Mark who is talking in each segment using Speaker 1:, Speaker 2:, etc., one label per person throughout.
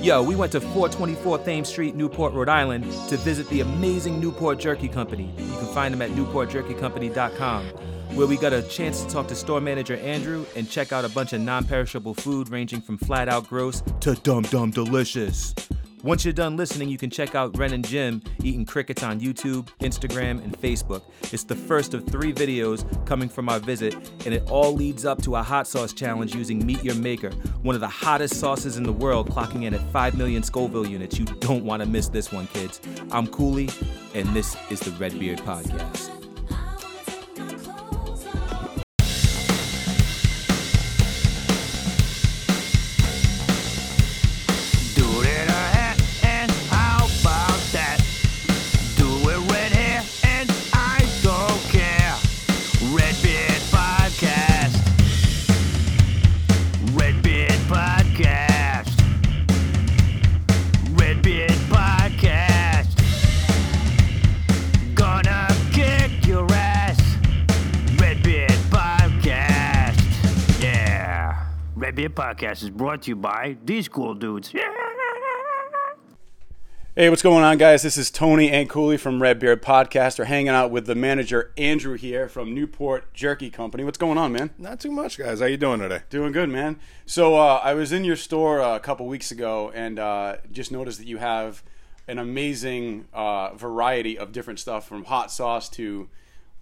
Speaker 1: Yo, we went to 424 Thames Street, Newport, Rhode Island to visit the amazing Newport Jerky Company. You can find them at newportjerkycompany.com, where we got a chance to talk to store manager Andrew and check out a bunch of non perishable food ranging from flat out gross to dum dum delicious. Once you're done listening, you can check out Ren and Jim eating crickets on YouTube, Instagram, and Facebook. It's the first of three videos coming from our visit, and it all leads up to a hot sauce challenge using Meet Your Maker, one of the hottest sauces in the world, clocking in at 5 million Scoville units. You don't want to miss this one, kids. I'm Cooley, and this is the Redbeard Podcast.
Speaker 2: Do it in her hair, and how about that? Do it red hair, and I don't care. Red Beard Podcast. Red Beard Podcast. Red Beard Podcast. Gonna kick your ass. Red Beard Podcast. Yeah. Red Beard Podcast is brought to you by these cool dudes.
Speaker 3: Hey, what's going on, guys? This is Tony and Cooley from Red Beard Podcast. We're hanging out with the manager Andrew here from Newport Jerky Company. What's going on, man?
Speaker 4: Not too much, guys. How you doing today?
Speaker 3: Doing good, man. So uh, I was in your store uh, a couple weeks ago and uh, just noticed that you have an amazing uh, variety of different stuff, from hot sauce to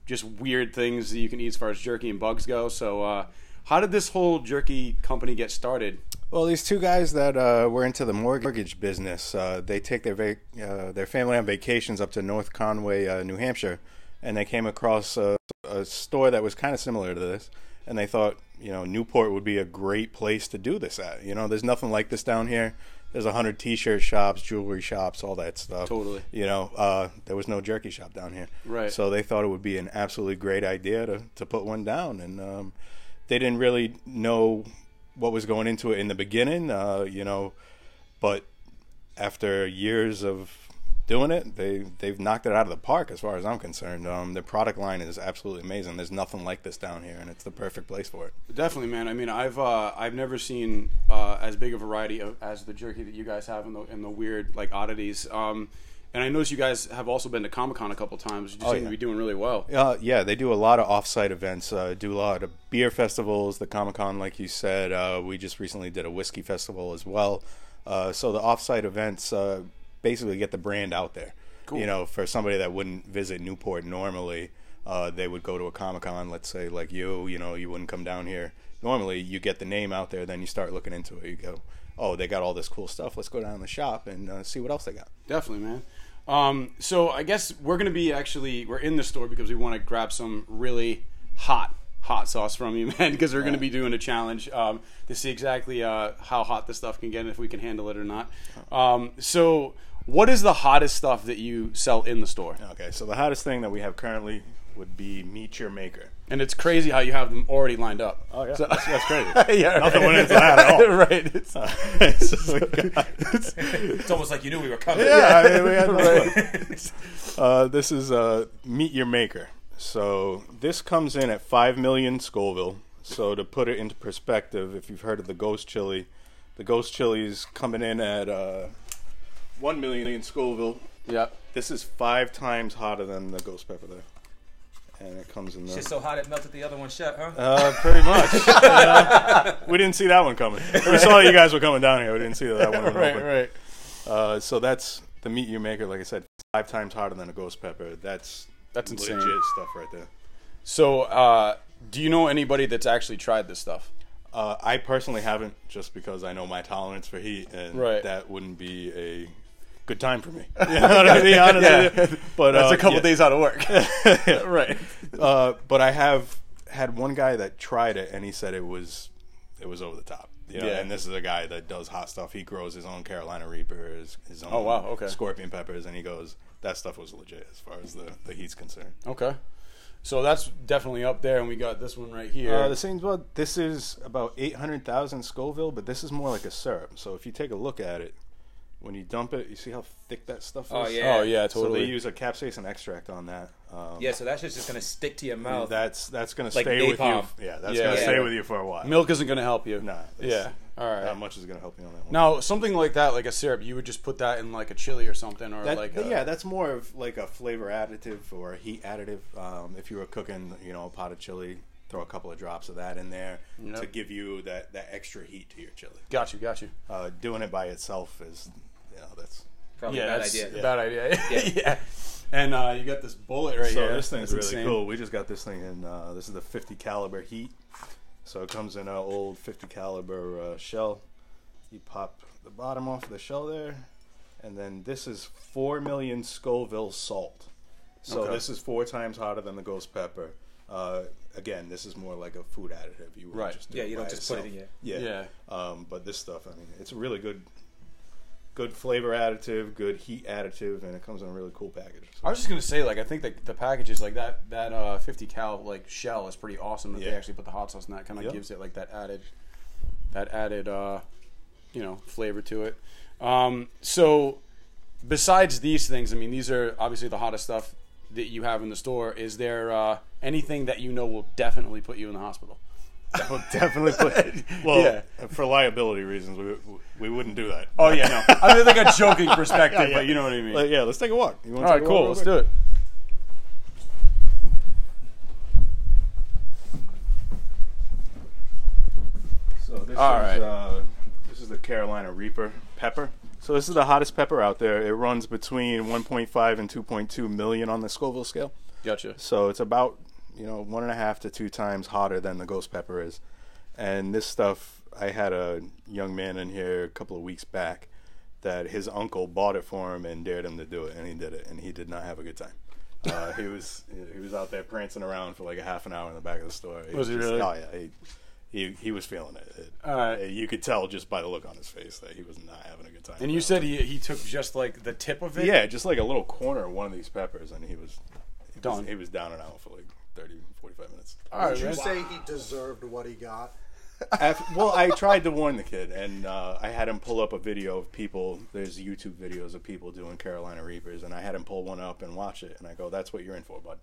Speaker 3: just weird things that you can eat as far as jerky and bugs go. So, uh, how did this whole jerky company get started?
Speaker 4: Well, these two guys that uh, were into the mortgage business, uh, they take their vac- uh, their family on vacations up to North Conway, uh, New Hampshire, and they came across a, a store that was kind of similar to this, and they thought, you know, Newport would be a great place to do this at. You know, there's nothing like this down here. There's a hundred t-shirt shops, jewelry shops, all that stuff.
Speaker 3: Totally.
Speaker 4: You know, uh, there was no jerky shop down here.
Speaker 3: Right.
Speaker 4: So they thought it would be an absolutely great idea to, to put one down. And um, they didn't really know what was going into it in the beginning, uh, you know, but after years of doing it, they, they've knocked it out of the park as far as I'm concerned. Um, their product line is absolutely amazing. There's nothing like this down here, and it's the perfect place for it.
Speaker 3: Definitely, man. I mean, I've uh, I've never seen uh, as big a variety of, as the jerky that you guys have and the and the weird like oddities. Um, and I noticed you guys have also been to Comic Con a couple times. You seem
Speaker 4: Oh, yeah.
Speaker 3: to be doing really well.
Speaker 4: Uh, yeah, they do a lot of off-site events. Uh, do a lot of beer festivals, the Comic Con, like you said. Uh, we just recently did a whiskey festival as well. Uh, so the off-site events uh, basically get the brand out there. You know, for somebody that wouldn't visit Newport normally, uh, they would go to a Comic Con. Let's say like you, you know, you wouldn't come down here normally. You get the name out there, then you start looking into it. You go, oh, they got all this cool stuff. Let's go down to the shop and uh, see what else they got.
Speaker 3: Definitely, man. Um, so I guess we're gonna be actually we're in the store because we want to grab some really hot hot sauce from you, man. Because we're gonna be doing a challenge um, to see exactly uh, how hot this stuff can get and if we can handle it or not. Um, so, what is the hottest stuff that you sell in the store?
Speaker 4: Okay, so the hottest thing that we have currently would be Meet Your Maker.
Speaker 3: And it's crazy how you have them already lined up.
Speaker 4: Oh yeah, that's, that's crazy.
Speaker 3: yeah, right.
Speaker 4: Nothing went into that at all.
Speaker 3: right. It's,
Speaker 4: So we got-
Speaker 1: It's almost like you knew we were coming.
Speaker 4: yeah, I mean, we had uh, this is uh, Meet Your Maker. So this comes in at five million Scoville. So to put it into perspective, if you've heard of the Ghost Chili, the Ghost Chili's coming in at uh, one million Scoville.
Speaker 3: Yep.
Speaker 4: This is five times hotter than the Ghost Pepper there, and it comes in the
Speaker 1: It's so hot it melted the other one shut, huh?
Speaker 4: Uh, pretty much. You know? we didn't see that one coming. We saw you guys were coming down here. We didn't see that one.
Speaker 3: Right. Right.
Speaker 4: Uh, so that's the meat you maker. Like I said, five times hotter than a ghost pepper. That's
Speaker 3: That's
Speaker 4: legit
Speaker 3: insane.
Speaker 4: stuff right there.
Speaker 3: So, uh, do you know anybody that's actually tried this stuff?
Speaker 4: Uh, I personally haven't, just because I know my tolerance for heat, and
Speaker 3: Right.
Speaker 4: that wouldn't be a good time for me. You know what I mean? Honestly. But
Speaker 3: That's
Speaker 4: uh,
Speaker 3: a couple
Speaker 4: yeah.
Speaker 3: days out of work.
Speaker 4: right. Uh, but I have had one guy that tried it, and he said it was it was over the top. You know?
Speaker 3: Yeah.
Speaker 4: And this is a guy that does hot stuff. He grows his own Carolina Reapers, his own
Speaker 3: wow, okay.
Speaker 4: scorpion peppers, and he goes, that stuff was legit as far as the, the heat's concerned.
Speaker 3: Okay. So that's definitely up there, and we got this one right here.
Speaker 4: the same about Uh, this is about eight hundred thousand Scoville, but this is more like a syrup. So if you take a look at it, when you dump it, you see how thick that stuff is.
Speaker 1: Oh, yeah.
Speaker 3: oh yeah,
Speaker 4: So
Speaker 3: totally.
Speaker 4: they use a capsaicin extract on that. Um,
Speaker 1: yeah, so that shit's just gonna stick to your mouth.
Speaker 4: That's that's gonna
Speaker 1: Oh. Like
Speaker 4: stay with
Speaker 1: napalm.
Speaker 4: you. Yeah, that's
Speaker 3: Yeah.
Speaker 4: gonna
Speaker 1: Yeah.
Speaker 4: stay with you for a while.
Speaker 3: Milk isn't going to help you.
Speaker 4: Nah, it's-
Speaker 3: Yeah. All right.
Speaker 4: Not much is gonna help you on that one.
Speaker 3: now, something like that, like a syrup, you would just put that in like a chili or something, or
Speaker 4: That-
Speaker 3: like
Speaker 4: but
Speaker 3: a,
Speaker 4: yeah, that's more of like a flavor additive or a heat additive. Um, if you were cooking, you know, a pot of chili, throw a couple of drops of that in there to
Speaker 3: Yep.
Speaker 4: give you that, that extra heat to your chili.
Speaker 3: Got you. Got you.
Speaker 4: Uh, doing it by itself is, you know, that's.
Speaker 1: Probably a bad
Speaker 3: that's
Speaker 1: idea.
Speaker 3: a Bad idea. Yeah. And uh, you got this bullet right
Speaker 4: So
Speaker 3: here.
Speaker 4: this thing's
Speaker 3: That's
Speaker 4: really
Speaker 3: insane.
Speaker 4: cool. We just got this thing in. Uh, this is the 50 caliber heat. So it comes in an old 50 caliber uh, shell. You pop the bottom off the shell there, and then this is four million Scoville salt. So
Speaker 3: Okay.
Speaker 4: this is four times hotter than the ghost pepper. Uh, again, this is more like a food additive. You wouldn't
Speaker 3: Right.
Speaker 4: Just do
Speaker 1: Yeah, you don't
Speaker 4: by
Speaker 1: just put it
Speaker 4: itself.
Speaker 1: in,
Speaker 4: Yeah. Um, but this stuff, I mean, it's a really good. Good flavor additive, good heat additive, and it comes in a really cool package. So-
Speaker 3: I was just gonna say, like, I think the, the packages, like that that uh, 50 cal like shell is pretty awesome that they
Speaker 4: Yeah.
Speaker 3: actually put the hot sauce in that kind of
Speaker 4: Yep.
Speaker 3: gives it like that added that added uh, you know flavor to it. Um, so besides these things, I mean, these are obviously the hottest stuff that you have in the store. Is there uh, anything that you know will definitely put you in the hospital?
Speaker 4: We'll definitely put. Well,
Speaker 3: Yeah.
Speaker 4: for liability reasons, we we wouldn't do that.
Speaker 3: Oh yeah, no, I mean, like a joking perspective, but you know what I mean.
Speaker 4: But yeah, let's take a walk. You
Speaker 3: All right, cool. Let's do it.
Speaker 4: So this
Speaker 3: All
Speaker 4: is
Speaker 3: right.
Speaker 4: uh, this is the Carolina Reaper pepper. So this is the hottest pepper out there. It runs between 1.5 and 2.2 million on the Scoville scale.
Speaker 3: Gotcha.
Speaker 4: So it's about you know one and a half to two times hotter than the ghost pepper is, and this stuff I had a young man in here a couple of weeks back that his uncle bought it for him and dared him to do it, and he did it, and he did not have a good time. Uh, he was he was out there prancing around for like a half an hour in the back of the store.
Speaker 3: Was he
Speaker 4: just-
Speaker 3: really?
Speaker 4: Oh yeah. He, he, he was feeling it. It-
Speaker 3: All right.
Speaker 4: You could tell just by the look on his face that he was not having a good time.
Speaker 3: And you said he, he took just like the tip of it.
Speaker 4: yeah, just like a little corner of one of these peppers, and he was he
Speaker 3: Done.
Speaker 4: Was, he was down and out for like 30, 45 minutes.
Speaker 3: All right,
Speaker 5: Did you
Speaker 3: man.
Speaker 5: say he deserved what he got?
Speaker 4: Af- well, I tried to warn the kid, and uh, I had him pull up a video of people. There's YouTube videos of people doing Carolina Reapers, and I had him pull one up and watch it. And I go, "That's what you're in for, bud."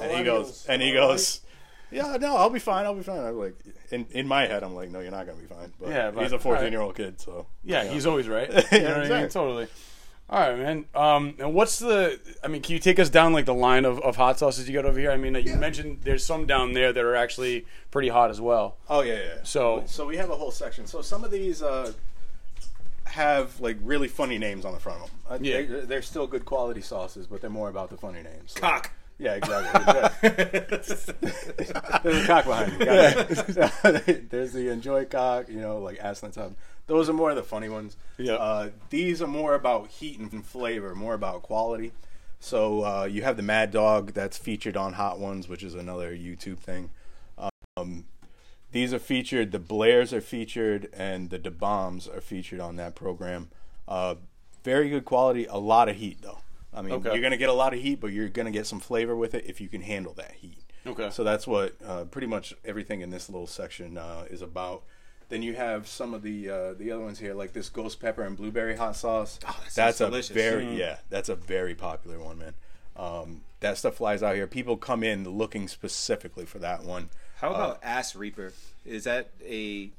Speaker 4: And he goes,
Speaker 5: Millennials,
Speaker 4: and he
Speaker 5: all right.
Speaker 4: goes, "Yeah, no, I'll be fine. I'll be fine." I'm like, in in my head, I'm like, "No, you're not gonna be fine." But,
Speaker 3: Yeah, but-
Speaker 4: he's a 14 year old kid, so
Speaker 3: Yeah, he's always right. You know what I mean?
Speaker 4: exactly.
Speaker 3: Totally. All right, man. Um, and what's the? I mean, can you take us down like the line of, of hot sauces you got over here? I mean, you mentioned there's some down there that are actually pretty hot as well.
Speaker 4: Oh yeah, yeah.
Speaker 3: So-
Speaker 4: so we have a whole section. So some of these uh, have like really funny names on the front of them. Uh,
Speaker 3: Yeah.
Speaker 4: they, they're still good quality sauces, but they're more about the funny names. So-
Speaker 1: Cock.
Speaker 4: Yeah, exactly. There's a cock behind you. got it. There's the enjoy cock, you know, like ass on the tub. Those are more of the funny ones.
Speaker 3: Yeah.
Speaker 4: Uh, these are more about heat and flavor, more about quality. So uh, you have the Mad Dog that's featured on Hot Ones, which is another YouTube thing. Um, These are featured. The Blairs are featured, and the DeBombs are featured on that program. Uh, very good quality. A lot of heat, though. I mean,
Speaker 3: Okay.
Speaker 4: you're gonna get a lot of heat, but you're gonna get some flavor with it if you can handle that heat.
Speaker 3: Okay.
Speaker 4: So that's what uh, pretty much everything in this little section uh, is about. Then you have some of the uh, the other ones here, like this ghost pepper and blueberry hot sauce.
Speaker 5: Oh, that sounds
Speaker 4: that's a
Speaker 5: delicious.
Speaker 4: very yeah, that's a very popular one, man. Um, that stuff flies out here. People come in looking specifically for that one.
Speaker 6: How
Speaker 1: uh,
Speaker 6: about Ass Reaper? Is that a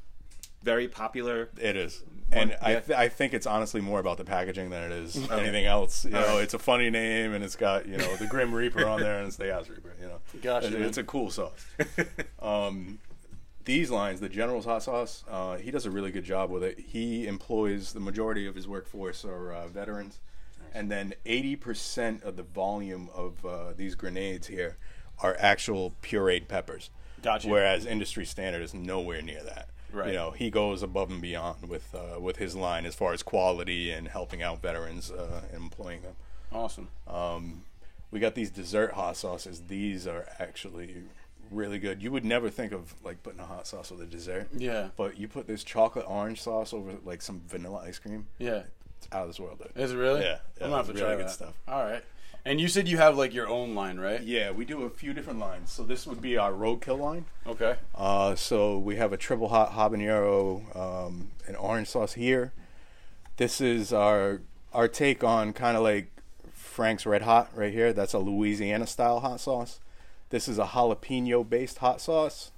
Speaker 6: very popular?
Speaker 4: It is, and I th- I think it's honestly more about the packaging than it is anything else. You know, it's a funny name, and it's got you know the Grim Reaper on there, and it's the Ass Reaper. You know,
Speaker 3: Gotcha,
Speaker 4: It-
Speaker 3: man.
Speaker 4: it's a cool sauce. um, these lines, the General's hot sauce, uh, he does a really good job with it. He employs the majority of his workforce are uh, veterans, and then eighty percent of the volume of uh, these grenades here are actual pureed peppers.
Speaker 3: Gotcha.
Speaker 4: Whereas industry standard is nowhere near that.
Speaker 3: Right.
Speaker 4: You know, he goes above and beyond with uh, with his line as far as quality and helping out veterans uh, and employing them.
Speaker 3: Awesome.
Speaker 4: We got these dessert hot sauces. These are actually really good. You would never think of like putting a hot sauce with a dessert.
Speaker 3: Yeah.
Speaker 4: But you put this chocolate orange sauce over like some vanilla ice cream.
Speaker 3: Yeah.
Speaker 4: It's out of this world, dude.
Speaker 3: Is it really?
Speaker 4: Yeah.
Speaker 3: I'm
Speaker 4: Yeah,
Speaker 3: gonna have to
Speaker 4: really
Speaker 3: try
Speaker 4: good
Speaker 3: that.
Speaker 4: stuff.
Speaker 3: All right. And you said you have like your own line, right?
Speaker 4: Yeah, we do a few different lines. So this would be our roadkill line.
Speaker 3: Okay.
Speaker 4: Uh, so we have a triple hot habanero, um, and orange sauce here. This is our our take on kind of like Frank's Red Hot right here. That's a Louisiana style hot sauce. This is a jalapeno based hot sauce.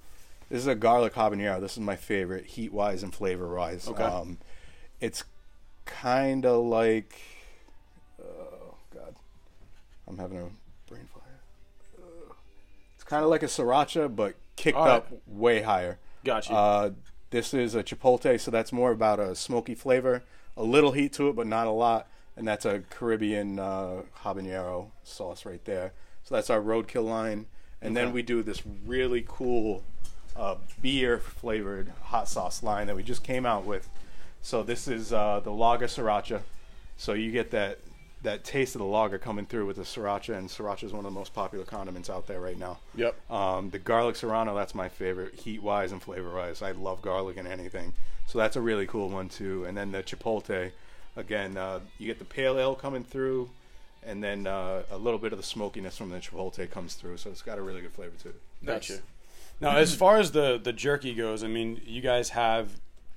Speaker 4: This is a garlic habanero. This is my favorite, heat wise and flavor wise.
Speaker 3: Okay.
Speaker 4: Um, it's kind of like, oh god, I'm having a brain fire. Ugh. It's kind of like a sriracha, but kicked
Speaker 3: All right.
Speaker 4: up way higher.
Speaker 3: Gotcha.
Speaker 4: Uh, this is a chipotle, so that's more about a smoky flavor, a little heat to it, but not a lot. And that's a Caribbean uh, habanero sauce right there. So that's our roadkill line. And then we do this really cool uh, beer flavored hot sauce line that we just came out with. So this is uh, the lager sriracha. So you get that that taste of the lager coming through with the sriracha, and sriracha is one of the most popular condiments out there right now.
Speaker 3: Yep.
Speaker 4: Um, the garlic serrano, that's my favorite, heat wise and flavor wise. I love garlic in anything, so that's a really cool one too. And then the chipotle, again, uh, you get the pale ale coming through, and then uh, a little bit of the smokiness from the chipotle comes through, so it's got a really good flavor to it.
Speaker 3: Gotcha. Now, as far as the the jerky goes, I mean, you guys have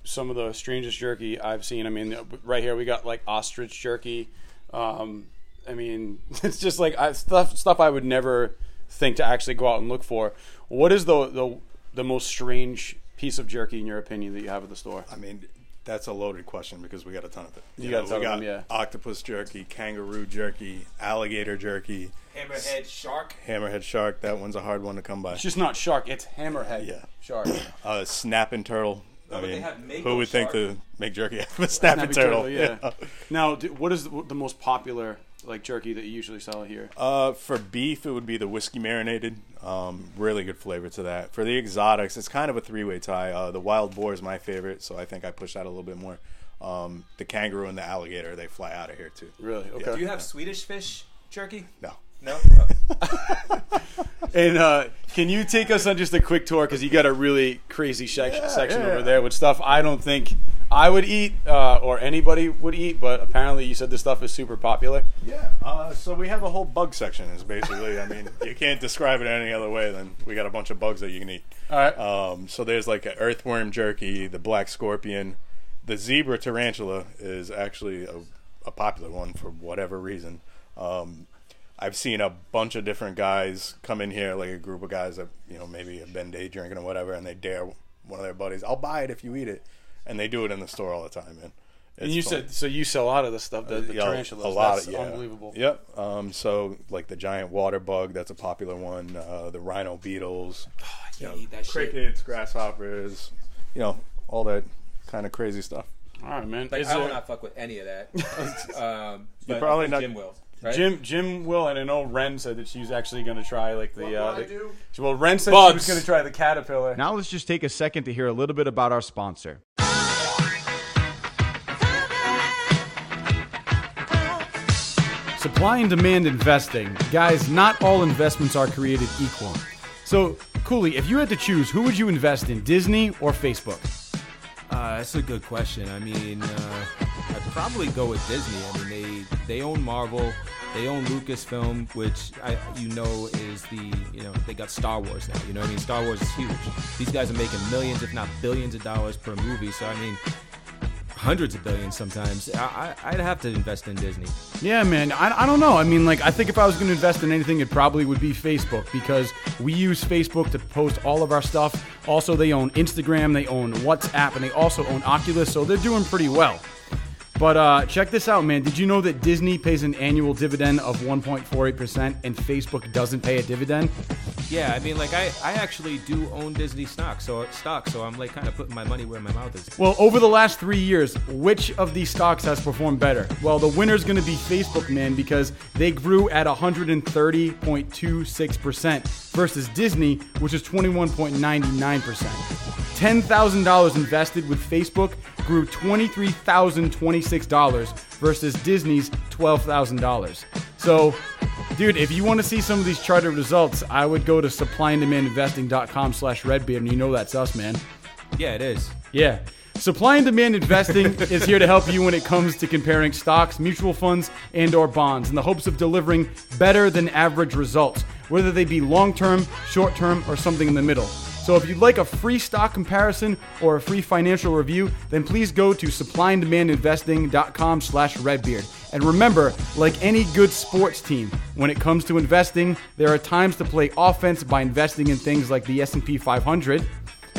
Speaker 3: some of the strangest jerky I've seen. I mean, right here we got like ostrich jerky. Um, I mean, it's just like I, stuff stuff I would never think to actually go out and look for. What is the the the most strange piece of jerky in your opinion that you have at the store?
Speaker 4: I mean, that's a loaded question because we got a ton of it. You,
Speaker 3: got a ton
Speaker 4: we
Speaker 3: of them, yeah.
Speaker 4: Octopus jerky, kangaroo jerky, alligator jerky,
Speaker 6: Hammerhead shark.
Speaker 4: hammerhead shark. That one's a hard one to come by.
Speaker 3: It's just not shark; it's hammerhead
Speaker 4: Yeah.
Speaker 3: shark.
Speaker 4: uh, snapping turtle. I
Speaker 1: but they
Speaker 4: mean,
Speaker 1: have mango
Speaker 4: who would think
Speaker 1: shark.
Speaker 4: to make jerky out of a snapping
Speaker 3: Happy
Speaker 4: turtle?
Speaker 3: yeah.
Speaker 4: Yeah.
Speaker 3: Now, do, what is the, the most popular like jerky that you usually sell here?
Speaker 4: Uh, for beef, it would be the whiskey marinated. Um, really good flavor to that. For the exotics, it's kind of a three way tie. Uh, the wild boar is my favorite, so I think I push that a little bit more. Um, the kangaroo and the alligator, they fly out of here too.
Speaker 3: really? Okay.
Speaker 6: Do you have Swedish fish jerky?
Speaker 4: No.
Speaker 6: No.
Speaker 3: And uh, can you take us on just a quick tour because you got a really crazy sec- section
Speaker 4: yeah.
Speaker 3: over there with stuff I don't think I would eat uh, or anybody would eat, but apparently you said this stuff is super popular.
Speaker 4: Yeah. Uh, so we have a whole bug section. Is basically, I mean, you can't describe it any other way than we got a bunch of bugs that you can eat.
Speaker 3: All right.
Speaker 4: Um, so there's like an earthworm jerky, the black scorpion, the zebra tarantula is actually a, a popular one for whatever reason. Um, I've seen a bunch of different guys come in here, like a group of guys that you know maybe have been day drinking or whatever, and they dare one of their buddies, "I'll buy it if you eat it," and they do it in the store all the time, man.
Speaker 3: and you said so you sell out of this stuff, the, the
Speaker 4: Yeah,
Speaker 3: tarantulas.
Speaker 4: A lot
Speaker 3: That's
Speaker 4: of yeah.
Speaker 3: unbelievable.
Speaker 4: Yep. Um, so like the giant water bug, that's a popular one. Uh, the rhino beetles,
Speaker 3: Oh,
Speaker 1: Yeah, eat that shit.
Speaker 4: crickets, grasshoppers, you know, all that kind of crazy stuff.
Speaker 3: All right, man.
Speaker 6: Like,
Speaker 3: Is
Speaker 6: I will
Speaker 3: there-
Speaker 6: not fuck with any of that. um, but probably
Speaker 4: probably not-
Speaker 6: not. Jim will. Right?
Speaker 3: Jim, Jim, will, and I know Ren said that she's actually going to try like the.
Speaker 5: What
Speaker 3: uh,
Speaker 5: will I
Speaker 3: the-
Speaker 5: do?
Speaker 3: Well, Ren said she was
Speaker 7: Bugs.
Speaker 3: going to try the caterpillar.
Speaker 7: Now let's just take a second to hear a little bit about our sponsor. Supply and demand investing. Guys, not all investments are created equal. So, Cooley, if you had to choose, who would you invest in, Disney or Facebook?
Speaker 1: Uh, that's a good question. I mean, uh, I'd probably go with Disney. I mean, they they own Marvel, they own Lucasfilm, which I you know is the you know they got Star Wars now. You know, what I mean, Star Wars is huge. These guys are making millions, if not billions, of dollars per movie. So I mean, hundreds of billions sometimes. I, I I'd have to invest in Disney.
Speaker 7: Yeah, man. I, I don't know. I mean, like, I think if I was going to invest in anything, it probably would be Facebook because we use Facebook to post all of our stuff. Also, they own Instagram, they own WhatsApp, and they also own Oculus, so they're doing pretty well. But uh, check this out, man. Did you know that Disney pays an annual dividend of 1.48% and Facebook doesn't pay a dividend?
Speaker 1: Yeah, I mean, like I, I actually do own Disney stock, so stock. So I'm like kind of putting my money where my mouth is.
Speaker 7: Well, over the last three years, which of these stocks has performed better? Well, the winner's going to be Facebook, man, because they grew at 130.26% versus Disney, which is 21.99%. $10,000 invested with Facebook grew $23,026 versus Disney's $12,000. So, dude, if you want to see some of these charted results, I would go to supplyanddemandinvesting.com slash redbeard, and you know that's us, man.
Speaker 1: Yeah, it is.
Speaker 7: Yeah. Supply and demand investing is here to help you when it comes to comparing stocks, mutual funds, and or bonds in the hopes of delivering better than average results, whether they be long-term, short-term, or something in the middle. So if you'd like a free stock comparison or a free financial review, then please go to supplyanddemandinvesting.com slash redbeard. And remember, like any good sports team, when it comes to investing, there are times to play offense by investing in things like the S&P 500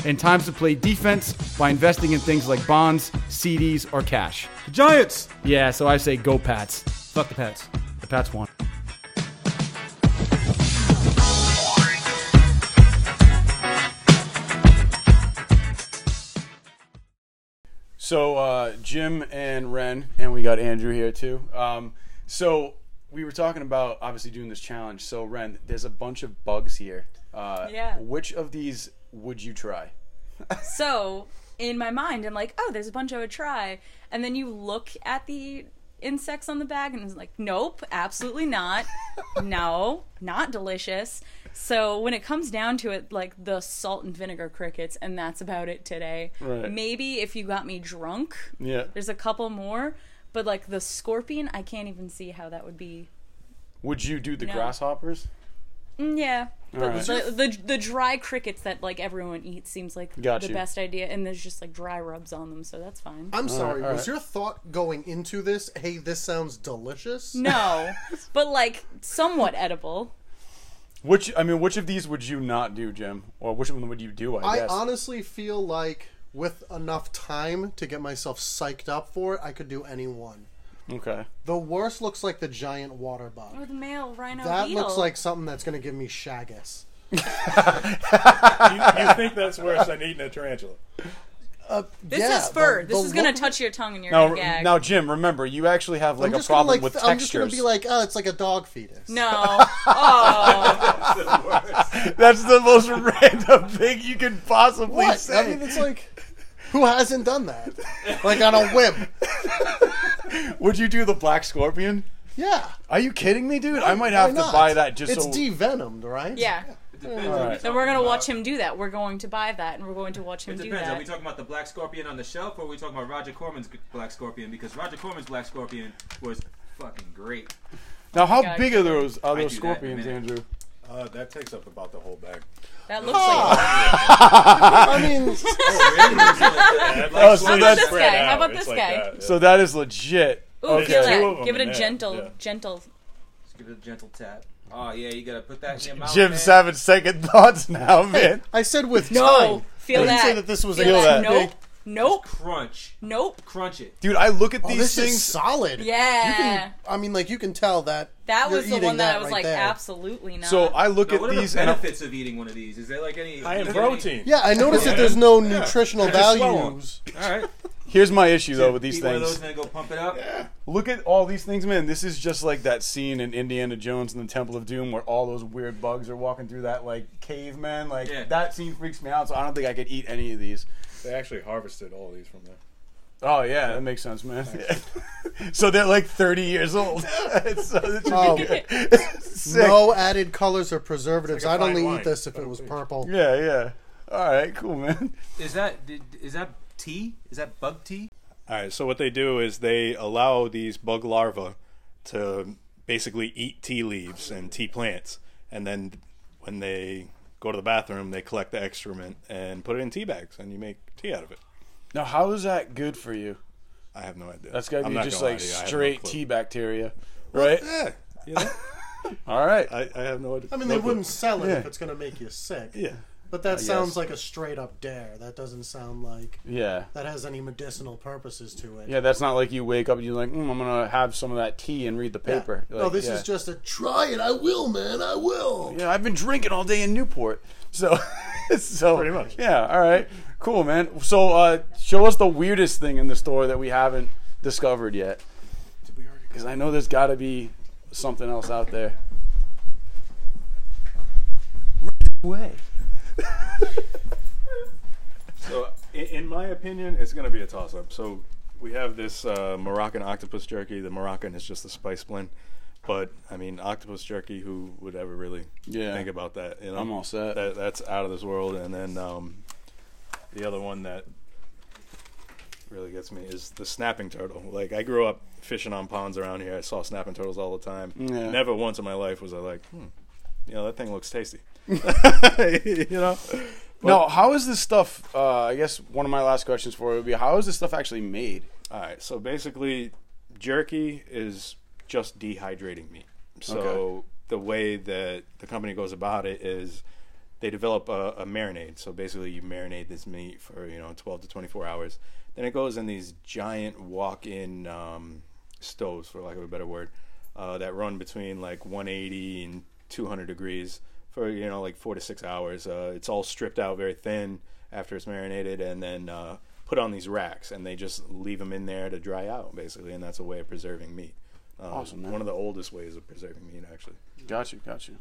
Speaker 7: and times to play defense by investing in things like bonds, CDs, or cash.
Speaker 1: The Giants.
Speaker 7: Yeah, so I say go Pats.
Speaker 1: Fuck the Pats.
Speaker 7: The Pats won.
Speaker 3: So uh, Jim and Ren, and we got Andrew here too. Um, so we were talking about obviously doing this challenge. So Ren, there's a bunch of bugs here. Uh,
Speaker 8: Yeah.
Speaker 3: Which of these would you try?
Speaker 8: So in my mind, I'm like, oh, there's a bunch I would try. And then you look at the insects on the bag and it's like, nope, absolutely not. no, not delicious. So when it comes down to it, like the salt and vinegar crickets, and that's about it today.
Speaker 3: Right.
Speaker 8: Maybe if you got me drunk,
Speaker 3: Yeah.
Speaker 8: there's a couple more. But like the scorpion, I can't even see how that would be.
Speaker 3: Would you do the
Speaker 8: No.
Speaker 3: grasshoppers?
Speaker 8: Mm, Yeah, but
Speaker 3: right.
Speaker 8: the, the the dry crickets that like everyone eats seems like
Speaker 3: Got
Speaker 8: the
Speaker 3: you.
Speaker 8: best idea, and there's just like dry rubs on them, so that's fine.
Speaker 5: I'm sorry.
Speaker 3: all
Speaker 5: was
Speaker 3: right.
Speaker 5: your thought going into this? Hey, this sounds delicious.
Speaker 8: No, but like somewhat edible.
Speaker 3: Which I mean, which of these would you not do, Jim? Or which one would you do? I,
Speaker 5: I
Speaker 3: guess.
Speaker 5: honestly feel like with enough time to get myself psyched up for it, I could do any one.
Speaker 3: okay.
Speaker 5: The worst looks like the giant water bug.
Speaker 8: With male rhino
Speaker 5: That
Speaker 8: beetle.
Speaker 5: looks like something that's going to give me shagus.
Speaker 9: You, you think that's worse than eating a tarantula?
Speaker 8: this
Speaker 5: Yeah,
Speaker 8: is fur.
Speaker 5: the-
Speaker 8: this
Speaker 5: the
Speaker 8: is gonna
Speaker 5: look-
Speaker 8: touch your tongue and you're
Speaker 3: Now,
Speaker 8: gonna gag.
Speaker 3: now, Jim, remember you actually have like
Speaker 5: I'm
Speaker 3: a
Speaker 5: just gonna
Speaker 3: problem
Speaker 5: like.
Speaker 3: with
Speaker 5: th- I'm just
Speaker 3: textures.
Speaker 5: gonna be like, oh, it's like a dog fetus.
Speaker 8: no. Oh,
Speaker 3: That's the most random thing you could possibly
Speaker 5: what? I
Speaker 3: say.
Speaker 5: mean, it's like, who hasn't done that? Like on a whim.
Speaker 3: Would you do the black scorpion?
Speaker 5: Yeah.
Speaker 3: Are you kidding me, dude? I might
Speaker 5: Why
Speaker 3: have to
Speaker 5: not?
Speaker 3: buy that just
Speaker 5: it's
Speaker 3: so.
Speaker 5: devenomed, right?
Speaker 8: yeah.
Speaker 3: Alright.
Speaker 8: Then we're gonna watch him do that. We're going to buy that, and we're going to watch him
Speaker 1: It
Speaker 8: do
Speaker 1: depends. Are we
Speaker 8: that.
Speaker 1: talking about the black scorpion on the shelf, or are we talking about Roger Corman's g- black scorpion? Because Roger Corman's black scorpion was fucking great.
Speaker 3: Now, how
Speaker 8: Gotcha.
Speaker 3: big are those are
Speaker 1: I
Speaker 3: those
Speaker 1: do that in a
Speaker 3: scorpions,
Speaker 1: minute.
Speaker 3: Andrew?
Speaker 9: Uh, that takes up about the whole bag.
Speaker 8: That looks like.
Speaker 5: I mean,
Speaker 9: oh,
Speaker 3: so
Speaker 8: How
Speaker 3: that's-
Speaker 8: about this guy? How about this guy?
Speaker 3: So that is legit.
Speaker 8: Ooh,
Speaker 9: Okay.
Speaker 8: feel
Speaker 9: Two of
Speaker 8: that.
Speaker 9: them
Speaker 8: Give it
Speaker 9: in
Speaker 8: a
Speaker 9: there,
Speaker 8: gentle,
Speaker 9: yeah.
Speaker 8: gentle.
Speaker 1: Just give it a gentle tap. Oh yeah, you gotta put that in your mouth.
Speaker 3: Jim
Speaker 1: man.
Speaker 3: Savage second thoughts now, man.
Speaker 5: I said with
Speaker 8: No,
Speaker 5: time.
Speaker 8: feel
Speaker 5: I
Speaker 8: that.
Speaker 5: didn't say that this was a
Speaker 8: feel
Speaker 5: good
Speaker 8: that.
Speaker 5: thing.
Speaker 8: Nope. Nope.
Speaker 1: Crunch,
Speaker 8: Nope.
Speaker 1: crunch it.
Speaker 3: Dude, I look at
Speaker 5: Oh,
Speaker 3: these
Speaker 5: this is
Speaker 3: things.
Speaker 5: solid. You
Speaker 8: Yeah.
Speaker 5: can, I mean, like you can tell that.
Speaker 8: That
Speaker 5: you're
Speaker 8: was the
Speaker 5: eating
Speaker 8: one that, I was
Speaker 5: right
Speaker 8: like,
Speaker 5: there.
Speaker 8: absolutely not.
Speaker 3: So I look
Speaker 1: Now, what
Speaker 3: at
Speaker 1: are the
Speaker 3: these and I'm-
Speaker 1: benefits of eating one of these? Is there like any?
Speaker 9: I
Speaker 1: is
Speaker 9: am
Speaker 1: there any-
Speaker 9: protein.
Speaker 5: Yeah, I noticed that there's no nutritional values.
Speaker 1: All right.
Speaker 3: here's my issue though with these
Speaker 1: Eat one of
Speaker 3: things.
Speaker 1: those and then go pump it up.
Speaker 3: Look at all these things, man. This is just like that scene in Indiana Jones and the Temple of Doom where all those weird bugs are walking through that like cave, man. Like
Speaker 1: Yeah.
Speaker 3: that scene freaks me out, so I don't think I could eat any of these.
Speaker 9: They actually harvested all these from there.
Speaker 3: Oh yeah, that makes sense, man. so they're like 30 years old. so it should
Speaker 5: Oh,
Speaker 3: be good. Sick.
Speaker 5: no added colors or preservatives.
Speaker 9: like a
Speaker 5: I'd only
Speaker 9: fine wine.
Speaker 5: eat this if it was purple.
Speaker 3: Yeah, yeah. All right, cool, man.
Speaker 1: Is that did, is that tea? Is that bug tea?
Speaker 4: All right. So what they do is they allow these bug larvae to basically eat tea leaves and tea plants, and then when they go to the bathroom, they collect the excrement and put it in tea bags, and you make tea out of it.
Speaker 3: Now, how is that good for you?
Speaker 4: I have no idea.
Speaker 3: That's gotta
Speaker 4: I'm
Speaker 3: be
Speaker 4: not
Speaker 3: just
Speaker 4: gonna lie
Speaker 3: like
Speaker 4: to you, I have no
Speaker 3: straight
Speaker 4: clue.
Speaker 3: tea bacteria, right?
Speaker 4: Yeah. You know,
Speaker 3: All right.
Speaker 4: I, I have no idea.
Speaker 5: I mean,
Speaker 4: no
Speaker 5: they
Speaker 4: clue.
Speaker 5: wouldn't sell it
Speaker 3: Yeah.
Speaker 5: if it's going to make you sick.
Speaker 4: Yeah.
Speaker 5: But that sounds
Speaker 3: guess.
Speaker 5: like a straight up dare. That doesn't sound like
Speaker 3: Yeah.
Speaker 5: that has any medicinal purposes to it.
Speaker 3: Yeah, that's not like you wake up and you're like, mm, I'm gonna have some of that tea and read the paper.
Speaker 5: No,
Speaker 3: Like,
Speaker 5: this
Speaker 3: yeah.
Speaker 5: is just a try it. I will, man. I will.
Speaker 3: Yeah, I've been drinking all day in Newport. So, so
Speaker 9: Pretty much.
Speaker 3: Yeah. All right. Cool, man. So, uh, show us the weirdest thing in the store that we haven't discovered yet. Because I know there's got to be something else out there.
Speaker 4: So, in, in my opinion, it's going to be a toss up. So, we have this uh, Moroccan octopus jerky. The Moroccan is just a spice blend. But, I mean, octopus jerky, who would ever really
Speaker 3: Yeah.
Speaker 4: think about that? You know?
Speaker 3: I'm all set.
Speaker 4: That, that's out of this world. And then um, the other one that really gets me is the snapping turtle. Like, I grew up fishing on ponds around here. I saw snapping turtles all the time.
Speaker 3: Yeah.
Speaker 4: Never once in my life was I like, hmm, you know, that thing looks tasty. you know?
Speaker 3: no, how is this stuff? Uh, I guess one of my last questions for it would be, how is this stuff actually made?
Speaker 4: All right, so basically, jerky is just dehydrating meat. So
Speaker 3: Okay.
Speaker 4: the way that the company goes about it is they develop a, a marinade. So basically, you marinate this meat for you know 12 to 24 hours. Then it goes in these giant walk-in um, stoves, for lack of a better word, uh, that run between like 180 and 200 degrees for you know like four to six hours. Uh, it's all stripped out very thin after it's marinated, and then uh, put on these racks, and they just leave them in there to dry out, basically. And that's a way of preserving meat. Uh,
Speaker 3: Awesome, man.
Speaker 4: One of the oldest ways of preserving meat, actually.
Speaker 3: Got you, got you.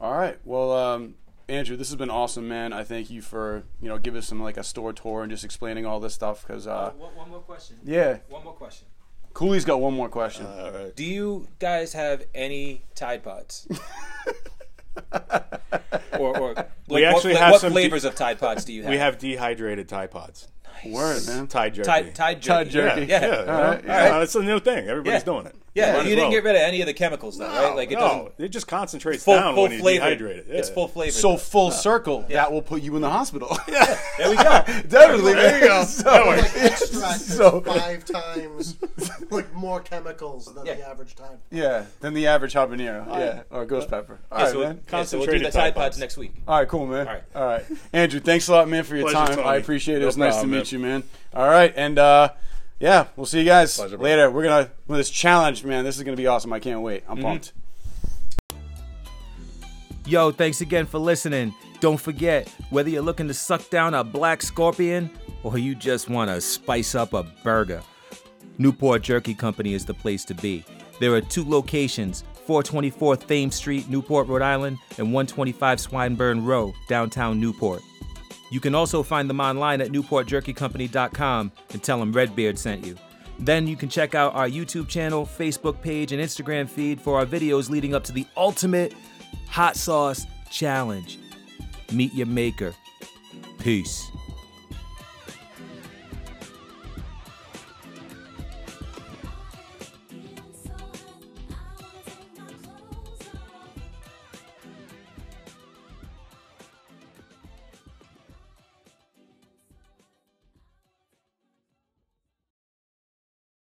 Speaker 3: All right. Well, um, Andrew, this has been awesome, man. I thank you for you know give us some like a store tour and just explaining all this stuff because uh,
Speaker 10: One, one more question.
Speaker 3: yeah,
Speaker 10: One more question.
Speaker 3: Cooley's got one more question.
Speaker 10: Do you guys have any Tide Pods? or, or like,
Speaker 4: We
Speaker 10: what,
Speaker 4: actually
Speaker 10: fla-
Speaker 4: have
Speaker 10: what
Speaker 4: some de-
Speaker 10: flavors of Tide Pods do you have?
Speaker 4: We have dehydrated Tide Pods.
Speaker 3: Word, man.
Speaker 4: Tide jerky.
Speaker 10: Tide, tide jerky.
Speaker 3: jerky.
Speaker 10: Yeah.
Speaker 4: Yeah, you know?
Speaker 10: right.
Speaker 4: Uh, it's a new thing. Everybody's
Speaker 10: Yeah.
Speaker 4: doing it.
Speaker 10: Yeah,
Speaker 4: Might as
Speaker 10: you didn't
Speaker 4: well.
Speaker 10: get rid of any of the chemicals, though, right? Like it
Speaker 4: no,
Speaker 10: doesn't
Speaker 4: it just concentrates
Speaker 10: full,
Speaker 4: down
Speaker 10: full
Speaker 4: when you
Speaker 10: flavor.
Speaker 4: dehydrate it. Yeah.
Speaker 10: It's full flavor.
Speaker 3: So
Speaker 10: So
Speaker 3: full circle, that will put you in the hospital. Yeah,
Speaker 10: there we go.
Speaker 3: definitely. There you go.
Speaker 5: Like extract so. five times like more chemicals than the
Speaker 10: Yeah.
Speaker 5: average time.
Speaker 3: yeah, than the average habanero. yeah, or ghost pepper. All right,
Speaker 10: so,
Speaker 3: man.
Speaker 10: yeah, so we'll do
Speaker 4: Concentrated
Speaker 10: the Tide
Speaker 4: Tide
Speaker 10: Pods
Speaker 4: Pods.
Speaker 10: next week.
Speaker 3: All right, cool, man. All
Speaker 10: All
Speaker 3: right.
Speaker 10: right.
Speaker 3: Andrew, thanks a lot, man, for your
Speaker 4: Pleasure,
Speaker 3: time. I
Speaker 4: Tony.
Speaker 3: appreciate it. it was
Speaker 4: No
Speaker 3: nice to
Speaker 4: problem,
Speaker 3: meet
Speaker 4: man.
Speaker 3: you, man. All right, and uh, yeah, we'll see you guys
Speaker 4: Pleasure, bro.
Speaker 3: later. We're gonna with this challenge, man. This is gonna be awesome. I can't wait.
Speaker 4: Mm-hmm.
Speaker 3: I'm pumped.
Speaker 1: Yo, thanks again for listening. Don't forget, whether you're looking to suck down a black scorpion or you just want to spice up a burger, Newport Jerky Company is the place to be. There are two locations 424 Thames Street, Newport, Rhode Island, and 125 Swineburne Row, downtown Newport. You can also find them online at newportjerkycompany.com and tell them Redbeard sent you. Then you can check out our YouTube channel, Facebook page, and Instagram feed for our videos leading up to the ultimate hot sauce challenge. Meet your maker. Peace.